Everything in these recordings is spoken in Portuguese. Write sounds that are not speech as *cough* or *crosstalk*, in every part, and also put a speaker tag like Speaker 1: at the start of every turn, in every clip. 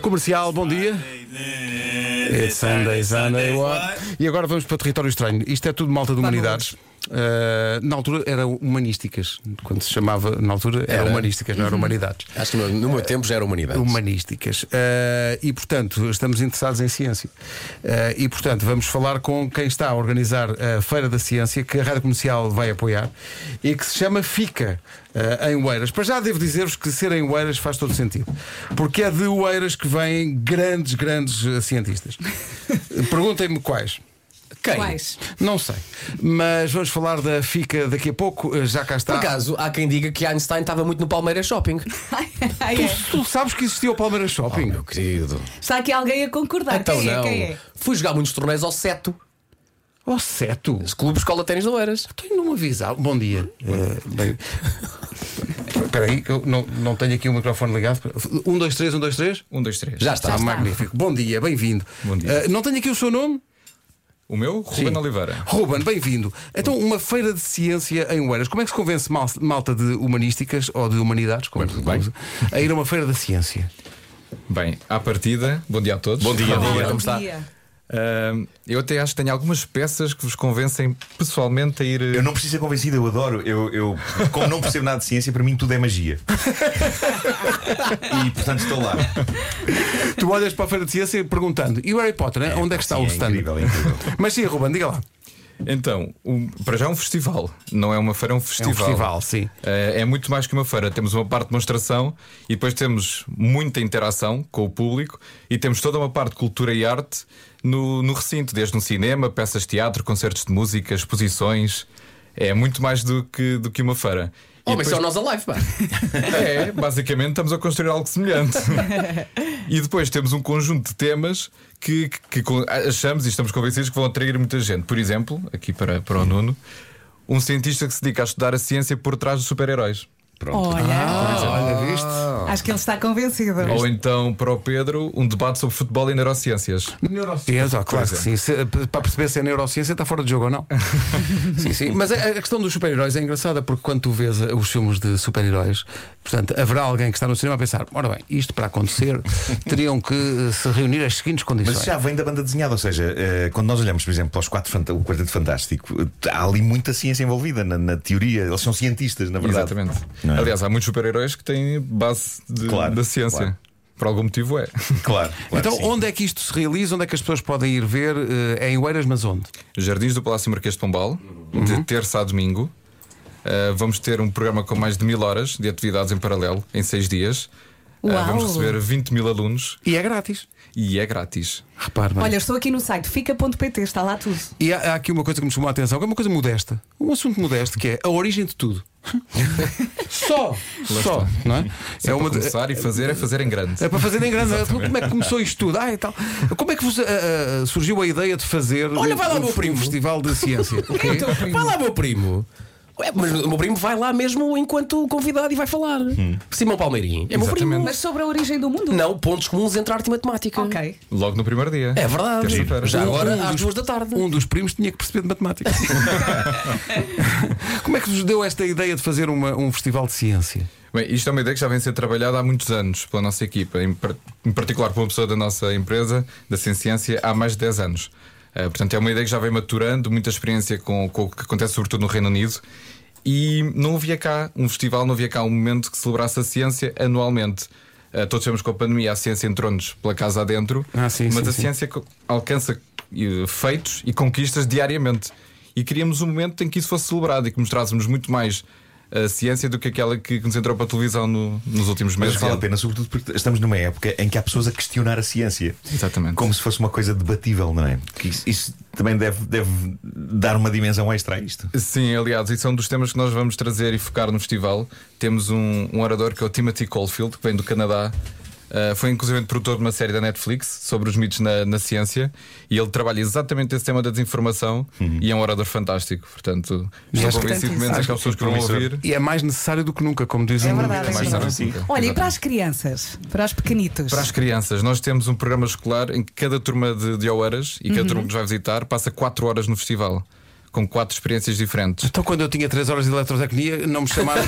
Speaker 1: Comercial, bom
Speaker 2: É
Speaker 1: dia. It's Sunday, Sunday, what? E agora vamos para território estranho. Isto é tudo malta de humanidades. Ah, na altura era humanísticas. Quando se chamava, na altura, era,
Speaker 2: Era.
Speaker 1: humanísticas, não era humanidades.
Speaker 2: Acho que no, no meu tempo já era humanidade.
Speaker 1: Humanísticas. Ah, e, portanto, estamos interessados em ciência. Ah, e, portanto, vamos falar com quem está a organizar a Feira da Ciência, que a Rádio Comercial vai apoiar, e que se chama FICA, ah, em Oeiras. Para já devo dizer-vos que ser em Oeiras faz todo sentido, porque é de Oeiras que vêm grandes, grandes ah, cientistas.
Speaker 2: *laughs*
Speaker 1: Perguntem-me quais.
Speaker 2: Quem?
Speaker 3: Quais? *laughs*
Speaker 1: Não sei. Mas vamos falar da FICA daqui a pouco, ah, já cá
Speaker 2: Por
Speaker 1: está.
Speaker 2: acaso, há quem diga que Einstein estava muito no Palmeiras Shopping.
Speaker 3: Ai,
Speaker 1: Tu,
Speaker 3: é.
Speaker 1: tu sabes que existia o Palmeiras Shopping?
Speaker 2: Oh, Meu querido.
Speaker 3: Está aqui alguém a concordar.
Speaker 2: Então
Speaker 3: quem
Speaker 2: não.
Speaker 3: é? Quem é?
Speaker 2: Fui jogar muitos torneios ao Seto.
Speaker 1: Oh, certo.
Speaker 2: Clube Escola Ténis de Oeiras.
Speaker 1: Tenho não avisar. Bom dia. Eh, bem- Espera aí, que eu não, não tenho aqui o microfone ligado. Um, dois, três, um, dois, três.
Speaker 4: Um, dois, três.
Speaker 2: Já está.
Speaker 1: Ah, magnífico. Bom dia, bem-vindo.
Speaker 4: Bom dia.
Speaker 1: Eh, não tenho aqui o seu nome?
Speaker 4: O meu, Ruben Oliveira.
Speaker 1: Ruben, bem-vindo. Então, uma feira de ciência em Oeiras. Como é que se convence mal- malta de humanísticas ou de humanidades como,
Speaker 4: Muito bem.
Speaker 1: como- a ir a uma feira da ciência?
Speaker 4: Bem, à partida, bom dia a todos.
Speaker 2: Bom dia,
Speaker 3: Bom
Speaker 2: dia. Como está?
Speaker 3: dia.
Speaker 4: Ahm, eu até acho que tenho algumas peças que vos convencem pessoalmente a ir. eh,
Speaker 5: Eu não preciso ser convencido, eu adoro. Eu, eu, como não percebo nada de ciência, para mim tudo é magia. e portanto estou lá.
Speaker 1: *laughs* tu olhas para a feira de ciência perguntando: e o Harry Potter, né? onde é que está
Speaker 5: Sim,
Speaker 1: o
Speaker 5: é
Speaker 1: stand?
Speaker 5: Incrível, é incrível.
Speaker 1: Mas sim, Ruben, diga lá.
Speaker 4: Então, um- para já é um festival. Não é uma feira, é um
Speaker 1: É um
Speaker 4: festival.
Speaker 1: festival, sim.
Speaker 4: Eh, é muito mais que uma feira. Temos uma parte de demonstração e depois temos muita interação com o público e temos toda uma parte de cultura e arte no, no recinto, desde um cinema, peças de teatro, concertos de música, exposições. É muito mais do que, do que uma feira. E
Speaker 2: Oh, mas só
Speaker 4: depois-
Speaker 2: nós alive,
Speaker 3: *laughs*
Speaker 2: pá.
Speaker 4: É, basicamente estamos a construir algo semelhante. e depois temos um conjunto de temas que, que- que achamos e estamos convencidos que vão atrair muita gente. Por exemplo, aqui para, para o Nuno, um cientista que se dedica a estudar a ciência por trás dos super-heróis.
Speaker 3: Olha,
Speaker 1: Olha, viste?
Speaker 2: Oh.
Speaker 3: acho que ele está convencido.
Speaker 4: Ou então, para o Pedro, um debate sobre futebol e neurociências.
Speaker 1: Neurociência, ó, claro que sim. Se- para perceber se é neurociência está fora de jogo ou
Speaker 5: *laughs*
Speaker 1: não. sim, sim. Mas a, a questão dos super-heróis é engraçada porque quando tu vês eh, os filmes de super-heróis, portanto, haverá alguém que está no cinema a pensar: ora bem, isto para
Speaker 5: *laughs*
Speaker 1: acontecer teriam que eh, se reunir as seguintes
Speaker 5: Mas
Speaker 1: condições.
Speaker 5: isso já vem da banda desenhada, ou seja, eh, quando nós olhamos, por exemplo, para os quatro fanta- o Quarteto Fantástico, eh, há ali muita ciência envolvida na, na teoria. Eles são cientistas, na verdade.
Speaker 4: Exatamente.
Speaker 5: Não é?
Speaker 4: Aliás, há muitos super-heróis que têm base de-
Speaker 5: Claro,
Speaker 4: da ciência.
Speaker 5: claro.
Speaker 4: Por algum motivo é.
Speaker 5: Claro. claro
Speaker 1: então,
Speaker 5: que sim.
Speaker 1: onde é que isto se realiza? Onde é que as pessoas podem ir ver? Eh, É em Oeiras, mas onde?
Speaker 4: Jardins do Palácio Marquês de Pombal, de terça a domingo. Uh, vamos ter um programa com mais de mil horas de atividades em paralelo, em seis dias. Uh,
Speaker 3: Uau.
Speaker 4: vamos receber 20 mil alunos
Speaker 1: E é grátis.
Speaker 4: e é grátis.
Speaker 1: Repare, bem.
Speaker 3: Olha, estou aqui no site fica.pt, está lá tudo.
Speaker 1: E há, há aqui uma coisa que me chamou a atenção, que é uma coisa modesta, um assunto modesto, que é a origem de
Speaker 5: *laughs*
Speaker 1: tudo. só, só, não é?
Speaker 4: É uma para começar e fazer é fazer em grande.
Speaker 1: É para fazer em grande. Como é que começou isto tudo? Ah, e tal. Como é que vos, ah, ah, surgiu a ideia de fazer
Speaker 2: Olha, vai lá,
Speaker 1: um,
Speaker 2: meu primo. É,
Speaker 1: um festival de
Speaker 2: *laughs*
Speaker 1: ciência? O quê?
Speaker 3: Então,
Speaker 2: Vai lá, meu primo. Ué, mas o meu primo vai lá mesmo enquanto convidado e vai falar. Simão Palmeirim. É meu primo.
Speaker 3: Mas sobre a origem do mundo?
Speaker 2: Não, pontos comuns entre arte e matemática.
Speaker 3: Ok.
Speaker 4: Logo no primeiro dia.
Speaker 2: É verdade.
Speaker 4: Terça-feira.
Speaker 2: Já agora,
Speaker 1: Um
Speaker 2: às
Speaker 1: dos-
Speaker 2: duas da tarde.
Speaker 1: Um dos primos tinha que perceber de
Speaker 2: *laughs*
Speaker 1: matemática. Como é que vos deu esta ideia de fazer uma- um festival de ciência?
Speaker 4: Bem, isto é uma ideia que já vem sendo trabalhada há muitos anos pela nossa equipa, em, par- em particular por uma pessoa da nossa empresa, da Ciência, há mais de 10 anos. Eh, portanto, é uma ideia que já vem maturando, muita experiência com, com o que acontece, sobretudo no Reino Unido. E não havia cá um festival, não havia cá um momento que celebrasse a ciência anualmente. Eh, todos sabemos que com a pandemia a ciência entrou-nos pela casa adentro,
Speaker 1: Ah, sim,
Speaker 4: mas
Speaker 1: sim,
Speaker 4: a
Speaker 1: sim.
Speaker 4: ciência co- alcança eh, feitos e conquistas diariamente. E queríamos um momento em que isso fosse celebrado e que mostrássemos muito mais a ciência do que aquela que nos entrou para a televisão no- nos últimos
Speaker 5: Mas
Speaker 1: é
Speaker 4: meses.
Speaker 5: vale a pena, sobretudo porque estamos numa época em que há pessoas a questionar a ciência.
Speaker 4: Exatamente.
Speaker 5: Como se fosse uma coisa debatível, não é? Que isso, isso também deve, deve dar uma dimensão extra a isto.
Speaker 4: Sim, aliás, isso é um dos temas que nós vamos trazer e focar no festival. Temos um, um orador que é o Timothy Caulfield, que vem do Canadá. Ah, foi inclusive produtor de uma série da Netflix sobre os mitos na, na ciência e ele trabalha exatamente esse tema da desinformação
Speaker 5: Uhum.
Speaker 4: e é um orador fantástico. Portanto,
Speaker 3: é
Speaker 4: estou
Speaker 1: acho que-
Speaker 4: convencido que menos
Speaker 1: acho
Speaker 4: aquelas pessoas que vão ouvir.
Speaker 1: E é mais necessário do que nunca, como dizem.
Speaker 3: É verdade, é
Speaker 4: mais
Speaker 3: verdade.
Speaker 4: tarde do que nunca.
Speaker 3: Olha, e para as crianças? Para os pequenitos?
Speaker 4: Para as crianças, nós temos um
Speaker 3: Uhum.
Speaker 4: programa escolar em que cada turma de, de Oeiras e cada turma que nos vai visitar passa 4 horas no festival. com quatro experiências
Speaker 3: É
Speaker 4: diferentes.
Speaker 1: Então, quando eu tinha 3 horas de eletrotecnia, não me chamaram.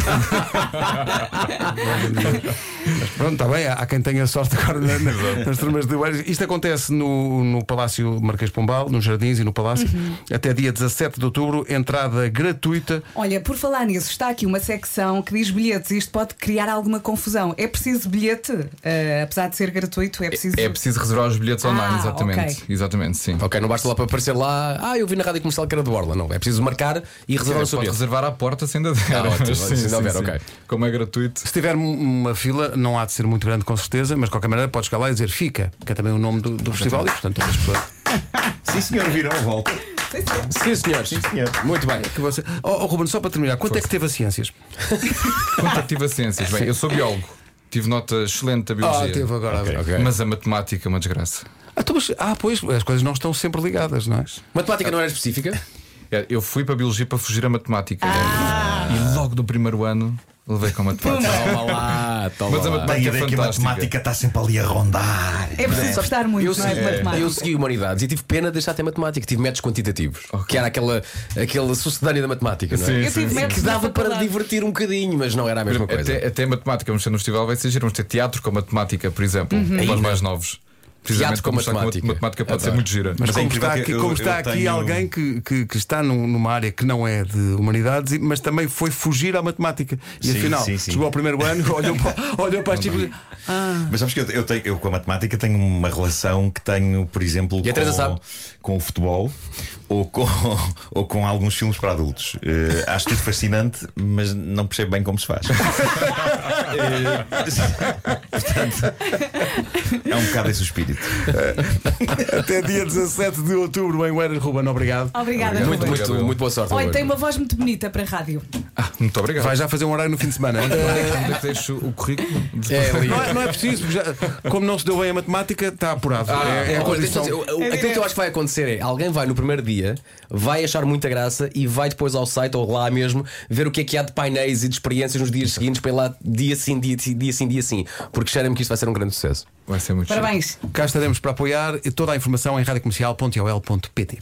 Speaker 1: Mas pronto, está bem, há, há quem tenha sorte agora na- na- nas turmas de Oeiras. Isto acontece no, no Palácio Marquês de Pombal, nos Jardins e no Palácio, até dia 17 de outubro, entrada gratuita.
Speaker 3: Olha, por falar nisso, está aqui uma secção que diz bilhetes. Isto pode criar alguma confusão. É preciso bilhete? Ah, apesar de ser gratuito, é preciso.
Speaker 4: É preciso reservar os bilhetes online,
Speaker 3: Ah,
Speaker 4: exatamente.
Speaker 3: ok.
Speaker 4: Exatamente, sim.
Speaker 2: Ok, não basta lá para aparecer lá. Ah, eu vi na rádio comercial que era de Borla. Não, é preciso marcar e reservar o seu
Speaker 4: Pode
Speaker 2: bilhete.
Speaker 4: reservar à porta sem ainda der.
Speaker 2: Ah,
Speaker 4: *laughs*
Speaker 2: ótimo,
Speaker 4: Mas
Speaker 2: se ainda houver, ok.
Speaker 4: Como é gratuito.
Speaker 1: Se tiver um- uma fila, não há de ser muito grande, com certeza, mas de qualquer maneira, pode chegar lá e dizer fica, que é também o nome do, do festival e, portanto, as pessoas.
Speaker 5: Sim, senhor, viram a volta.
Speaker 3: Sim, sim.
Speaker 2: Sim, senhores.
Speaker 5: senhor.
Speaker 2: Muito bem.
Speaker 1: Que você... oh, oh, Ruben, só para terminar, quanto é que teve a ciências?
Speaker 4: Quanto tive a ciências? Bem, eu sou biólogo. Tive nota excelente da
Speaker 1: Ah,
Speaker 4: biologia.
Speaker 1: teve agora. a ver.
Speaker 2: Ok.
Speaker 4: Mas a matemática é uma desgraça.
Speaker 1: Ah, então, mas- ah, pois, as coisas não estão sempre ligadas, não é?
Speaker 2: Matemática não era específica?
Speaker 4: É, Eu fui para a biologia para fugir à matemática.
Speaker 3: Ah.
Speaker 4: E logo no primeiro ano levei com a matemática.
Speaker 2: Toma lá, toma
Speaker 4: Mas a
Speaker 2: lá.
Speaker 4: matemática-
Speaker 5: Tem a
Speaker 4: é
Speaker 5: ideia que a
Speaker 4: fantástica.
Speaker 5: matemática está sempre ali a rondar.
Speaker 3: É preciso gostar muito,
Speaker 2: Eu
Speaker 3: não é?
Speaker 2: segui,
Speaker 3: De matemática.
Speaker 2: eu segui humanidades e tive pena de deixar até matemática, tive métodos quantitativos, que era aquela, aquela sucedânea da matemática, não é?
Speaker 4: Sim,
Speaker 3: Eu tive métodos
Speaker 2: que
Speaker 3: na
Speaker 2: dava para
Speaker 3: faculdade.
Speaker 2: divertir um bocadinho, mas não era a mesma coisa.
Speaker 4: Até, até matemática, vamos ter no festival, vai ser giro. Vamos ter teatro com matemática, por exemplo, para os mais novos. Precisamente
Speaker 2: Uhum. Teatro com
Speaker 4: como está
Speaker 2: matemática. Ah, tá.
Speaker 4: matemática pode ser
Speaker 2: Adoro.
Speaker 4: muito gira.
Speaker 1: Mas
Speaker 5: Mas é
Speaker 1: como
Speaker 5: incrível
Speaker 1: está
Speaker 5: que
Speaker 1: aqui,
Speaker 5: eu-
Speaker 1: como
Speaker 5: eu
Speaker 1: está aqui
Speaker 5: tenho-
Speaker 1: alguém que, que, que está num- numa área que não é de humanidades, e- mas também foi fugir à matemática. E
Speaker 5: Sim,
Speaker 1: afinal,
Speaker 5: sim, sim.
Speaker 1: chegou ao primeiro
Speaker 5: *laughs*
Speaker 1: ano, olhou para, olhou para as tipos.
Speaker 5: Mas sabes que eu, eu tenho- eu com a matemática tenho uma relação que tenho, por exemplo,
Speaker 2: E a Teresa sabe.
Speaker 5: com, com o futebol ou com, *laughs* ou com alguns filmes para adultos. Eh, acho tudo fascinante, mas não percebo bem como se faz. *laughs* Eh, portanto, é um bocado esse o espírito.
Speaker 1: Até dia 17 de outubro em Oeiras, Ruben, obrigado.
Speaker 3: Obrigada, Ruben.
Speaker 2: Muito, muito, muito boa sorte.
Speaker 3: Olha,
Speaker 2: Ruben.
Speaker 3: tem uma voz muito bonita para a rádio.
Speaker 4: Ah, muito obrigado.
Speaker 1: Vai já fazer um horário no fim de semana.
Speaker 4: Onde é que deixo o currículo?
Speaker 2: É, ali.
Speaker 1: Não é, não é preciso, porque já- como não se deu bem a matemática, está apurado.
Speaker 5: Ah,
Speaker 1: é, é a
Speaker 2: Ah, Olha,
Speaker 1: condição.
Speaker 2: deixa eu dizer, o- o- Aquilo que eu acho que vai acontecer é alguém vai no primeiro dia, vai achar muita graça e vai depois ao site ou lá mesmo ver o que é que há de painéis e de experiências nos dias seguintes para ir lá dia sim, dia, sim, dia sim, dia sim. Porque cheira-me que isto vai ser um grande sucesso.
Speaker 4: Vai ser muito giro.
Speaker 3: Parabéns.
Speaker 1: Cá estaremos para apoiar e toda a informação em radiocomercial.ol.pt.